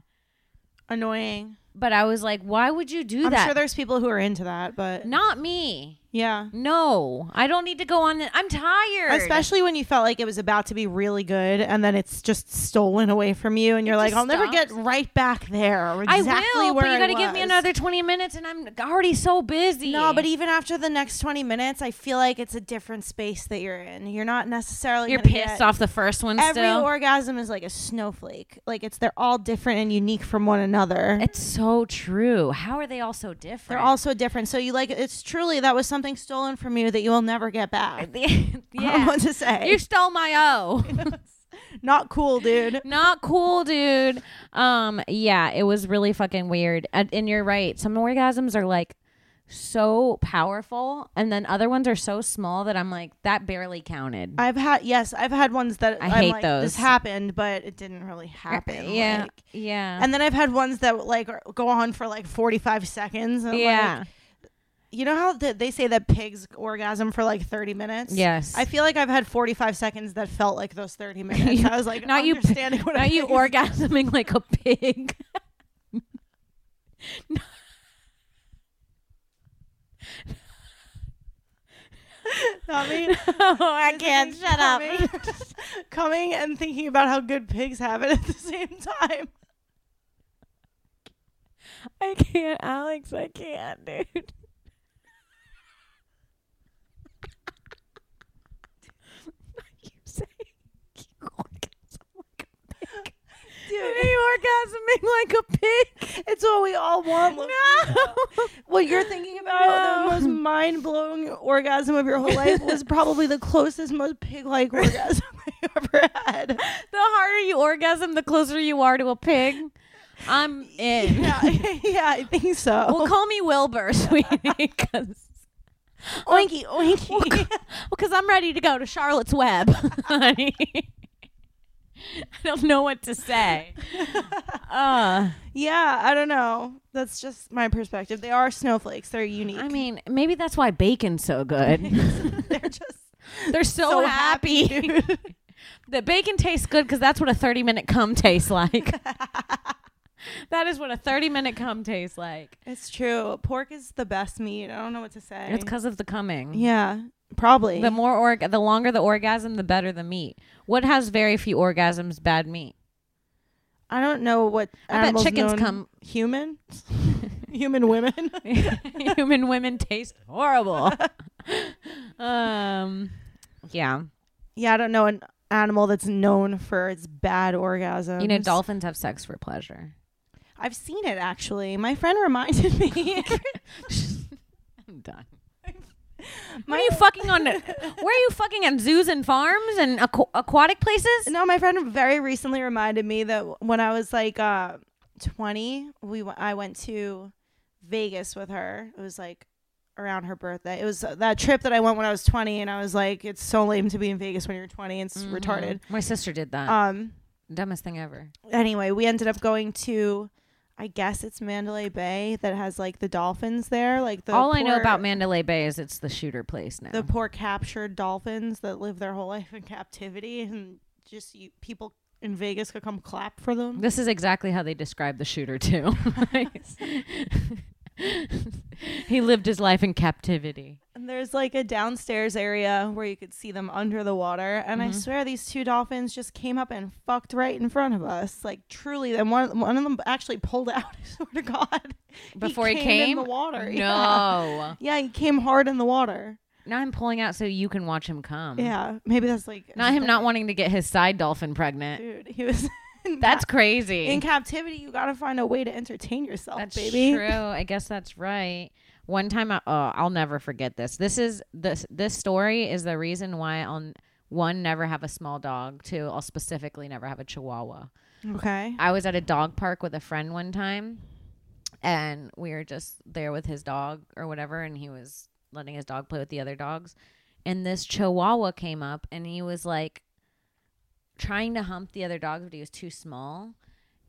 Annoying.
But I was like, why would you do
I'm
that?
sure there's people who are into that, but
Not me.
yeah.
No, I don't need to go on. The- I'm tired.
Especially when you felt like it was about to be really good, and then it's just stolen away from you, and you're like,
just
"I'll never get
stops.
right back there." or Exactly
I will,
where
but you
I
gotta give me
was."
another 20 minutes, and I'm already so busy.
No, but even after the next 20 minutes, I feel like it's a different space that you're in. You're not necessarily
you're
gonna
pissed
get-
off the first one
Every
still.
orgasm is like a snowflake. Like it's they're all different and unique from one another.
it's so true. How are they all so different?
they're all so different. So you like it's truly that was something stolen from you that you will never get back. I
yeah.
want to say
You stole my O.
not cool, dude.
Not cool, dude. Um, yeah, it was really fucking weird. And, and you're right. Some orgasms are like so powerful, and then other ones are so small that I'm like that barely counted.
I've had yes, I've had ones that
I
am
hate
like,
those.
This happened, but it didn't really happen.
yeah,
like-
yeah,
and then I've had ones that like are- go on for like forty five seconds. And I'm
yeah.
like, You know how th- they say that pigs orgasm for like 30 minutes?
Yes.
I feel like I've had 45 seconds that felt like those 30 minutes. I was like,
not you,
understanding what I
not you orgasming like a pig.
Not me.
oh, I
Is coming- coming and thinking about how good pigs have it at the same time.
I can't, Alex. I can't, dude. you say you orgasm like a pig. Dude, you orgasming like a pig.
It's what we all want. Lo-
No.
What you're thinking about, the most mind blowing orgasm of your whole life, was probably the closest, most pig like orgasm I ever had.
The harder you orgasm, the closer you are to a pig. I'm in.
Yeah, yeah, I think so.
Well, call me Wilbur, sweetie, because
oinky, oinky.
I'm ready to go to Charlotte's Web. honey. I don't know what to say. Uh,
Yeah, I don't know. That's just my perspective. They are snowflakes. They're unique.
I mean, maybe that's why bacon's so good.
they're just
They're so,
so happy.
happy.
dude.
The bacon tastes good because that's what a 30 minute cum tastes like. that is what a 30 minute cum tastes like.
it's true. Pork is the best meat. I don't know what to say.
It's because of the coming.
yeah, probably.
The more org, the longer the orgasm, the better the meat. What has very few orgasms? Bad meat.
I don't know what
I bet
animals
chickens
known-
come-
human. human women.
Human women taste horrible. um, yeah.
yeah, I don't know an animal that's known for its bad orgasms.
You know, dolphins have sex for pleasure.
I've seen it actually. My friend reminded me.
I'm done.
My
Where are you fucking on? Where are you fucking on zoos and farms and aqu- aquatic places?
No, my friend very recently reminded me that when I was like uh, 20, we w- I went to Vegas with her. It was like around her birthday. It was uh, that trip that I went when I was 20 and I was like it's so lame to be in Vegas when you're 20 and it's
Mm-hmm.
retarded.
Mm. My sister did that.
Um
Dumbest thing ever.
anyway, we ended up going to I guess it's Mandalay Bay that has like the dolphins there, like the
All I know
poor-
about Mandalay Bay is it's the shooter place now.
the poor captured dolphins that live their whole life in captivity and just you, people in Vegas could come clap for them.
This is exactly how they describe the shooter too. he lived his life in captivity.
And there's like a downstairs area where you could see them under the water. And
Mm-hmm.
I swear these two dolphins just came up and fucked right in front of us. Like truly, and one of them, one of them actually pulled out. I swear to God,
Before he came,
in the water.
No.
yeah. yeah, he came hard in the water.
Now I'm pulling out so you can watch him come.
Yeah, maybe that's like
Mm. Not him not wanting to get his side dolphin pregnant.
Dude, he was. in
That's
ca-
crazy.
in captivity. You gotta find a way to entertain yourself,
That's
baby.
true. I guess that's right. One time, I, oh, I'll never forget this. This is this this story is the reason why I'll n- one never have a small dog. Two, I'll specifically never have a Chihuahua.
Okay.
I was at a dog park with a friend one time, and we were just there with his dog or whatever, and he was letting his dog play with the other dogs, and this Chihuahua came up, and he was like trying to hump the other dogs, but he was too small.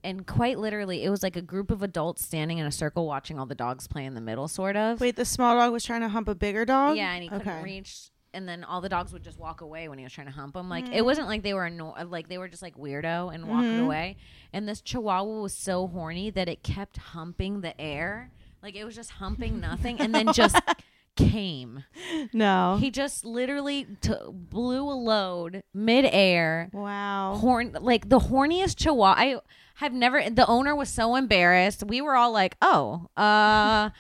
And quite literally, it was like a group of adults standing in a circle watching all the dogs play in the middle, sort of.
Wait, the small dog was trying to hump a bigger dog.
Yeah, and he couldn't
Okay.
reach. And then all the dogs would just walk away when he was trying to hump him. Like
Mm.
it wasn't like they were anno- uh, like they were just like weirdo and walking
Mm-hmm.
away. And this Chihuahua was so horny that it kept humping the air. Like it was just humping nothing, and then just came.
No.
He just literally t- blew a load midair.
wow.
Horn like the horniest Chihuahua. I have never. The owner was so embarrassed. We were all like, "Oh, uh."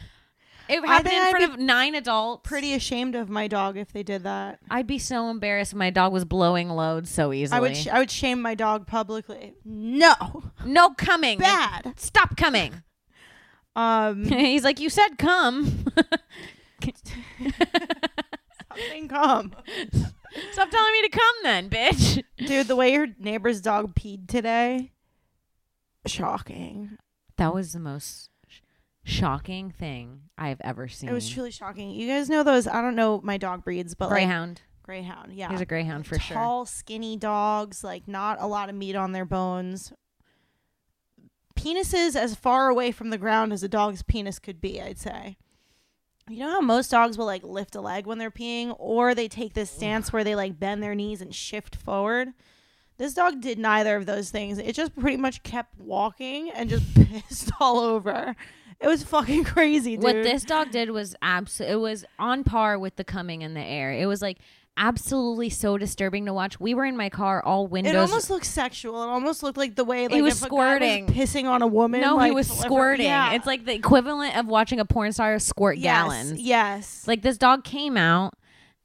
It happened
think
in
I'd
front
be
of nine adults.
Pretty ashamed of my dog if they did that.
I'd be so embarrassed if my dog was blowing loads so easily.
I would sh- I would shame my dog publicly. No.
no coming.
Bad.
Stop coming.
Um.
He's like, you said come.
thing come,
Stop telling me to come then, bitch.
dude. The way your neighbor's dog peed today. Shocking.
That was the most sh- shocking thing I've ever seen.
It was truly shocking. You guys know those? I don't know my dog breeds, but like
Greyhound.
greyhound. Yeah.
He's a greyhound for sure.
tall, skinny dogs, like not a lot of meat on their bones. Penises as far away from the ground as a dog's penis could be, I'd say. You know how most dogs will like lift a leg when they're peeing, or they take this stance where they like bend their knees and shift forward. This dog did neither of those things. It just pretty much kept walking and just pissed all over. It was fucking crazy, dude.
What this dog did was absolutely, it was on par with the coming in the air. It was like absolutely so disturbing to watch. We were in my car, all windows.
it almost looked sexual. It almost looked like the way like
was
if a guy
squirting.
pissing on a woman.
no,
like,
he was
deliver-
squirting.
Yeah.
It's like the equivalent of watching a porn star squirt gallons.
Yes.
Like this dog came out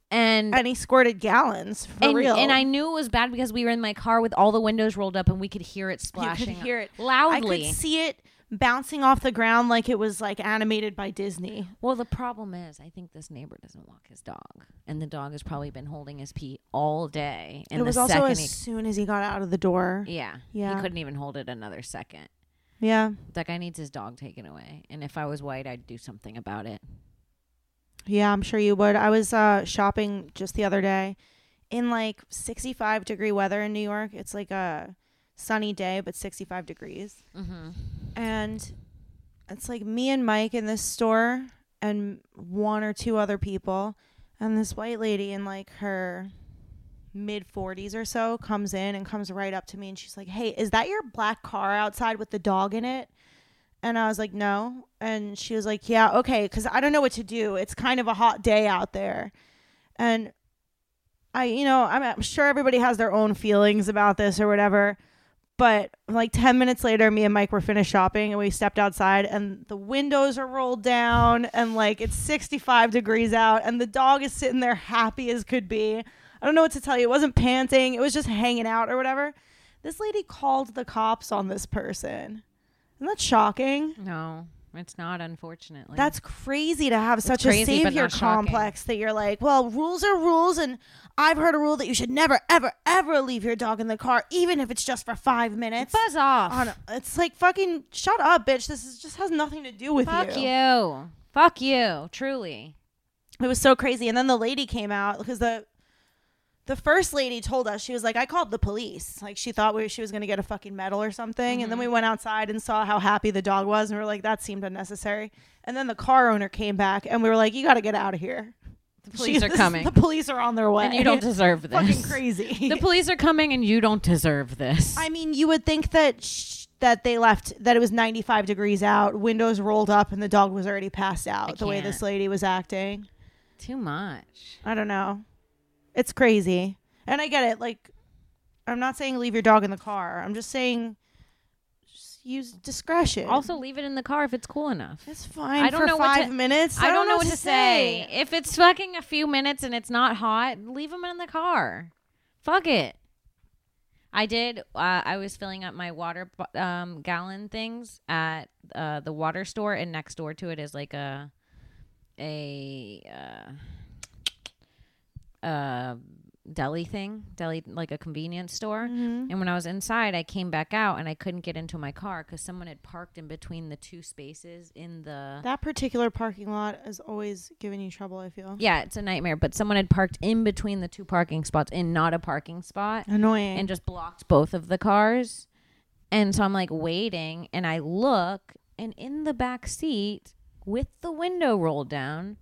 and
and he squirted gallons for
and,
real.
and I knew it was bad because we were in my car with all the windows rolled up and we could hear it splashing.
hear it.
loudly.
I could see it bouncing off the ground like it was like animated by Disney.
well, the problem is, I think this neighbor doesn't walk his dog, and the dog has probably been holding his pee all day. And
it
the
was
second
also as
he,
soon as he got out of the door.
yeah,
Yeah.
he couldn't even hold it another second.
Yeah.
That guy needs his dog taken away, and if I was white, I'd do something about it.
Yeah, I'm sure you would. I was uh, shopping just the other day in like 65 degree weather in New York. It's like a sunny day, but 65 degrees.
Mm-hmm.
And it's like me and Mike in this store and one or two other people. And this white lady in like her mid 40s or so comes in and comes right up to me and she's like, Hey, is that your black car outside with the dog in it? And I was like, No. And she was like, Yeah, okay, because I don't know what to do. It's kind of a hot day out there. And I, you know, I'm, I'm sure everybody has their own feelings about this or whatever. But like 10 minutes later, me and Mike were finished shopping and we stepped outside and the windows are rolled down and like it's 65 degrees out and the dog is sitting there happy as could be. I don't know what to tell you. It wasn't panting, it was just hanging out or whatever. This lady called the cops on this person. Isn't that shocking?
No, It's not, unfortunately.
That's crazy to have such a
crazy, but
savior
not shocking.
complex that you're like, well, rules are rules, and I've heard a rule that you should never, ever, ever leave your dog in the car, even if it's just for five minutes.
buzz off.
On, it's like fucking shut up, bitch. This is, just has nothing to do with
Fuck you. Fuck you. Truly.
It was so crazy. And then the lady came out because the the first lady told us she was like, I called the police. Like she thought we, she was gonna get a fucking medal or something. And then
Mm-hmm.
we went outside and saw how happy the dog was, and we were like, that seemed unnecessary. And then the car owner came back, and we were like, you got to get out of here.
The police
She-
are
this-
coming.
The police are on their way.
and you don't deserve this.
fucking crazy.
The police are coming and you don't deserve this.
I mean, you would think that sh- that they left that it was 95 degrees out, windows rolled up, and the dog was already passed out. the way
can't.
this lady was acting.
Too much.
I don't know. It's crazy. And I get it. Like, I'm not saying leave your dog in the car. I'm just saying just use discretion.
Also, leave it in the car if it's cool enough.
it's fine
I don't
for
know what
five
to-
minutes.
I don't know what to say. If it's fucking a few minutes and it's not hot, leave them in the car. Fuck it. I did. Uh, I was filling up my water bo- um, gallon things at uh, the water store, and next door to it is like a a uh, uh, deli thing, deli like a convenience store. And when I was inside, I came back out and I couldn't get into my car because someone had parked in between the two spaces in the
That particular parking lot is always giving you trouble, I feel.
yeah, it's a nightmare. But someone had parked in between the two parking spots in not a parking spot
Annoying.
and just blocked both of the cars. And so I'm like waiting and I look and in the back seat with the window rolled down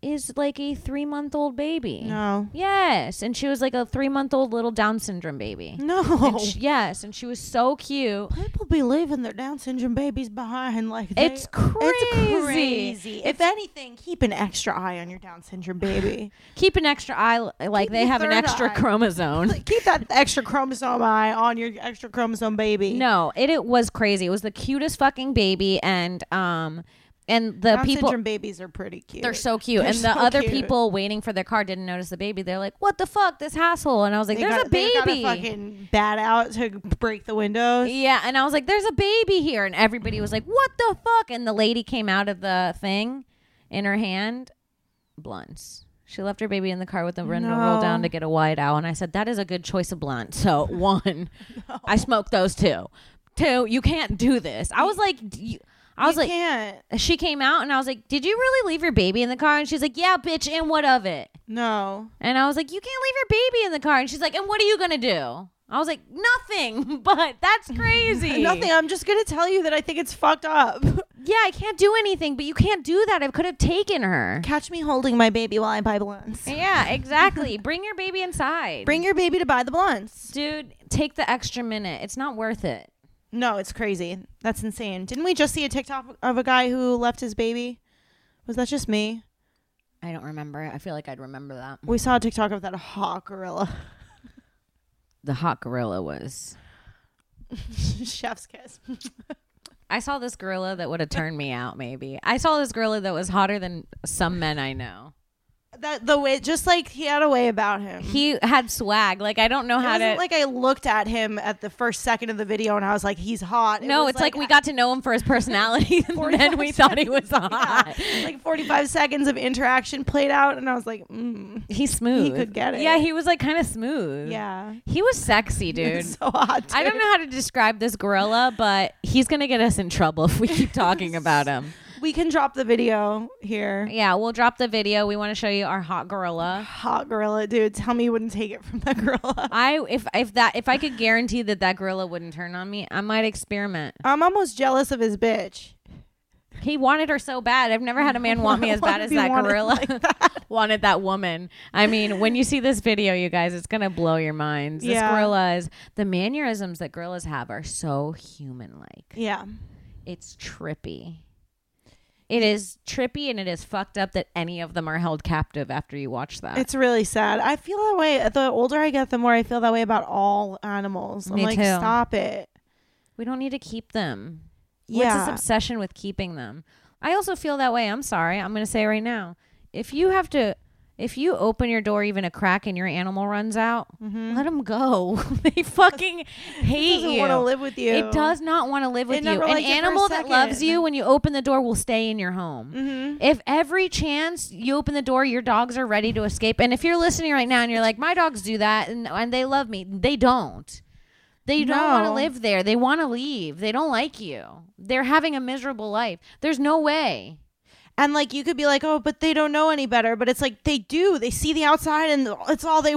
is like a three month old baby.
no.
Yes. And she was like a three month old little Down syndrome baby.
No.
And sh- yes. And she was so cute.
People be leaving their Down syndrome babies behind like they-
It's crazy.
It's crazy. If anything, keep an extra eye on your Down syndrome baby.
Keep an extra eye, like
Keep
they
your
have an
third
extra
eye.
chromosome.
keep that extra chromosome eye on your extra chromosome baby.
No, it, it was crazy. It was the cutest fucking baby, and um, and the
Down
people
syndrome babies are pretty cute.
they're so cute,
They're
and the
so
other
cute.
people waiting for their car didn't notice the baby. They're like, "What the fuck, this asshole!" And I was like,
They
"There's
got-
a
they got
baby."
fucking bat out to break the windows.
yeah, and I was like, "There's a baby here," and everybody was like, "What the fuck?" And the lady came out of the thing, in her hand, blunts. She left her baby in the car with the window rolled down
No.
to get a white owl, and I said, "That is a good choice of blunt." So one, I smoked those two. Two, you can't do this. I was like, d- you- I was
You
like,
can't.
she came out and I was like, Did you really leave your baby in the car? And she's like, Yeah, bitch, and what of it?
No.
And I was like, You can't leave your baby in the car. And she's like, And what are you gonna do? I was like, Nothing, but that's crazy.
Nothing. I'm just gonna tell you that I think it's fucked up.
Yeah, I can't do anything, but you can't do that. I could have taken her.
Catch me holding my baby while I buy blunts.
Yeah, exactly. Bring your baby inside.
Bring your baby to buy the blunts.
Dude, take the extra minute. It's not worth it.
No, it's crazy. That's insane. Didn't we just see a TikTok of a guy who left his baby? Was that just me?
I don't remember. I feel like I'd remember that.
We saw a TikTok of that hot gorilla.
The hot gorilla was.
Chef's kiss.
I saw this gorilla that would have turned me out, maybe. I saw this gorilla that was hotter than some men I know.
That the way, just like he had a way about him.
He had swag. Mm-hmm. Like, I don't know
it
how
wasn't
to.
like I looked at him at the first second of the video and I was like, he's hot. It
no,
was
it's like, we got to know him for his personality, and then we thought he was hot.
yeah, like 45 seconds of interaction played out, and I was like, mm,
He's smooth.
could get it.
Yeah, he was like kind of smooth.
yeah,
He was sexy, dude.
it's so hot.
I don't
dude.
know how to describe this gorilla, but he's going to get us in trouble if we keep talking about him.
We can drop the video here.
Yeah, we'll drop the video. We want to show you our hot gorilla.
Hot gorilla, dude. Tell me you wouldn't take it from that gorilla.
I if if that if I could guarantee that that gorilla wouldn't turn on me, I might experiment.
I'm almost jealous of his bitch.
He wanted her so bad. I've never had a man want me as bad
Wanna
as
be
that
wanted
gorilla
like that.
wanted that woman. I mean, when you see this video, you guys, it's gonna blow your minds. This
Yeah.
gorilla is the mannerisms that gorillas have are so human-like.
Yeah,
It's trippy. It is trippy and it is fucked up that any of them are held captive after you watch that.
it's really sad. I feel that way. The older I get, the more I feel that way about all animals. I'm
Me
like,
too.
stop it.
we don't need to keep them. What's
Yeah.
this obsession with keeping them? I also feel that way. I'm sorry. I'm going to say it right now. If you have to, if you open your door even a crack and your animal runs out, let them go. they fucking hate
Mm-hmm. doesn't
you.
wanna live with you.
It does not want to live with
It
you.
never
An
liked you for a
animal that loves
second. Mm-hmm.
you when you open the door will stay in your home. If every chance you open the door, your dogs are ready to escape. And if you're listening right now and you're like, my dogs do that and, and they love me, they don't. They don't want to
No.
live there. They want to leave. They don't like you. They're having a miserable life. There's no way.
And like you could be like, oh, but they don't know any better. But it's like they do. They see the outside, and it's all they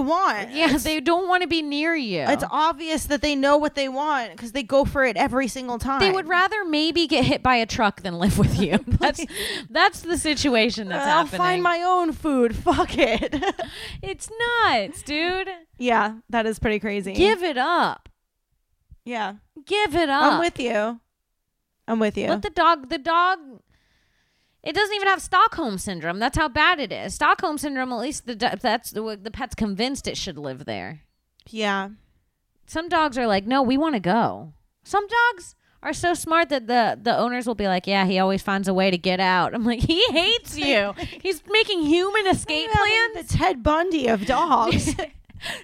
want.
Yeah, they don't want to be near you.
It's obvious that they know what they want because they go for it every single time.
They would rather maybe get hit by a truck than live with you. That's that's the situation that's
I'll
happening.
find my own food. Fuck it.
it's nuts, dude.
yeah, that is pretty crazy.
Give it up.
Yeah,
Give it up.
I'm with you. I'm with you.
Let the dog. The dog. It doesn't even have Stockholm syndrome. That's how bad it is. Stockholm syndrome. At least the do- that's the the pet's convinced it should live there.
yeah.
Some dogs are like, no, we want to go. Some dogs are so smart that the the owners will be like, yeah, he always finds a way to get out. I'm like, he hates you. He's making human escape
Yeah, the-
plans.
The Ted Bundy of dogs.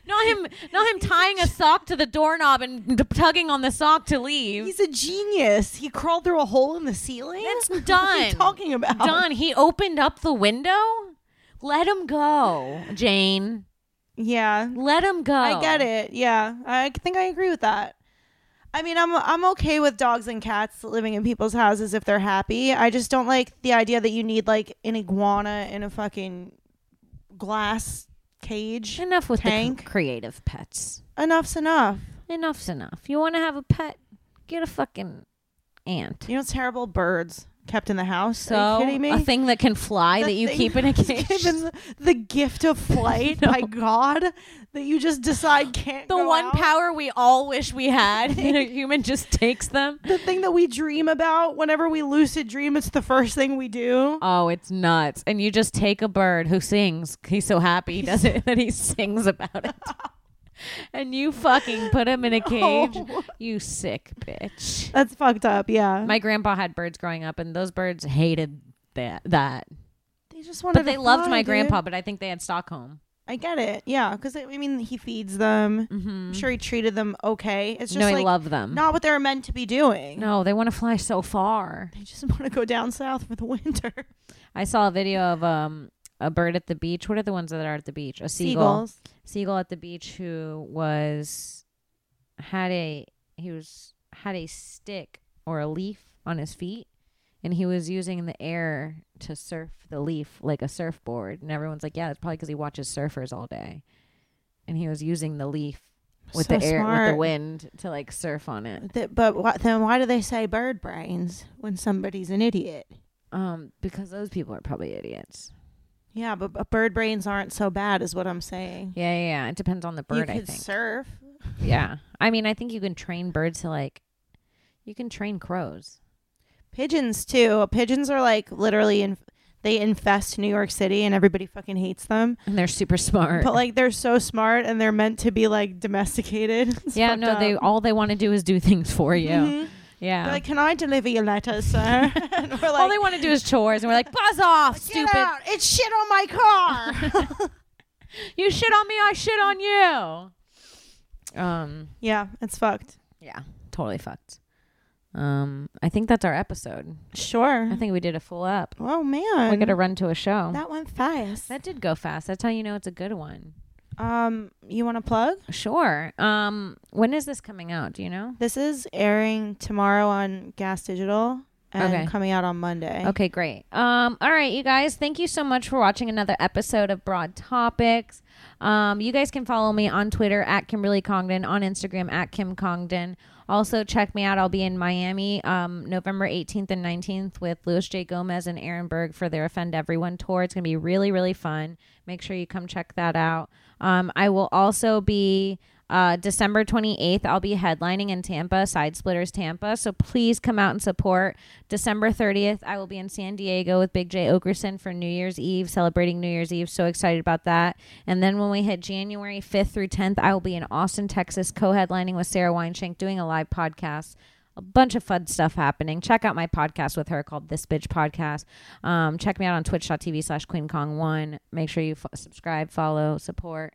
Not him, not him tying a sock to the doorknob and d- tugging on the sock to leave.
He's a genius. He crawled through a hole in the ceiling.
That's
What are
done.
you talking about?
Done. He opened up the window. Let him go, Jane.
Yeah,
Let him go.
I get it. Yeah, I think I agree with that. I mean, I'm I'm okay with dogs and cats living in people's houses if they're happy. I just don't like the idea that you need like an iguana in a fucking glass cage.
Enough with the
Tank.
c- creative pets.
Enough's enough.
Enough's enough. You want to have a pet? Get a fucking ant.
You know, it's terrible birds kept in the house.
So
Are you kidding me?
a thing that can fly
The
that you
thing
keep in a
was
cage.
given the, the gift of flight by God that you just decide can't.
the
go
one
out.
power we all wish we had, and a human just takes them.
The thing that we dream about whenever we lucid dream, it's the first thing we do.
Oh, it's nuts. And you just take a bird who sings. He's so happy he does it that he sings about it. and you fucking put him in a cage.
Oh.
You sick bitch.
That's fucked up. Yeah.
My grandpa had birds growing up and those birds hated that that.
they just wanted.
But they
to
loved
fly,
my
dude.
grandpa, but I think they had Stockholm.
I get it. Yeah, because I I mean, he feeds them. I'm sure he treated them okay. It's just
Mm-hmm. Mm. No, I
like
love them.
not what they're meant to be doing.
No, they want to fly so far.
They just want to go down south for the winter.
I saw a video of um a bird at the beach. What are the ones that are at the beach? A seagull. seagull at the beach who was had a he was had a stick or a leaf on his feet and he was using the air to surf the leaf like a surfboard and everyone's like yeah that's probably because he watches surfers all day and he was using the leaf with
So
the air with
smart.
the wind to like surf on it
Th- but wh- then why do they say bird brains when somebody's an idiot?
um because those people are probably idiots
Yeah, but, but bird brains aren't so bad, is what I'm saying.
yeah yeah, yeah. it depends on the bird
you
i
could
think
surf.
yeah i mean i think you can train birds to like you can train crows
Pigeons too. Pigeons are like literally in. They infest New York City, and everybody fucking hates them.
and they're super smart
But like, they're so smart, and they're meant to be like domesticated. It's
yeah,
fucked
no, they
up.
all they want to do is do things for you.
Mhm.
Yeah.
They're Like, can I deliver your letter, sir? and we're like,
all they want to do is chores, and we're like, buzz off,
Get
stupid.
out. It's shit on my car.
You shit on me, I shit on you. Um,
yeah, it's fucked.
yeah, totally fucked. Um, I think that's our episode.
Sure.
I think we did a full up.
oh man,
We got to run to a show. That,
Mm-hmm. that went fast.
did go fast. That's how you know it's a good one.
Um, you want to plug?
Sure. Um, when is this coming out? Do you know?
This is airing tomorrow on Gas Digital and
Okay.
coming out on Monday.
Okay, great. Um, all right, you guys, thank you so much for watching another episode of Broad Topics. Um, you guys can follow me on Twitter at Kimberly Congdon, on Instagram at Kim Congdon. Also, check me out. I'll be in Miami um, November 18th and 19th with Luis J. Gomez and Aaron Berg for their Offend Everyone tour. It's going to be really, really fun. Make sure you come check that out. Um, I will also be uh, December 28th, I'll be headlining in Tampa, Side Splitters Tampa. So please come out and support. December 30th, I will be in San Diego with Big J Okerson for New Year's Eve, celebrating New Year's Eve. So excited about that. And then when we hit January 5th through 10th, I will be in Austin, Texas, co headlining with Sarah Weinshank, doing a live podcast. a bunch of fun stuff happening. Check out my podcast with her called This Bitch Podcast. Um, check me out on twitch.tv slash queenkong1. Make sure you f- subscribe, follow, support.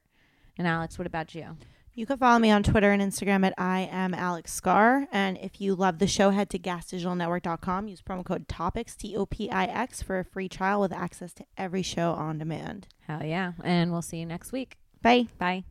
And Alex, what about you?
You can follow me on Twitter and Instagram at I am Alex Scar. And if you love the show, head to gasdigitalnetwork.com. Use promo code TOPICS, T O P I X, for a free trial with access to every show on demand.
Hell yeah. And we'll see you next week.
Bye.
Bye.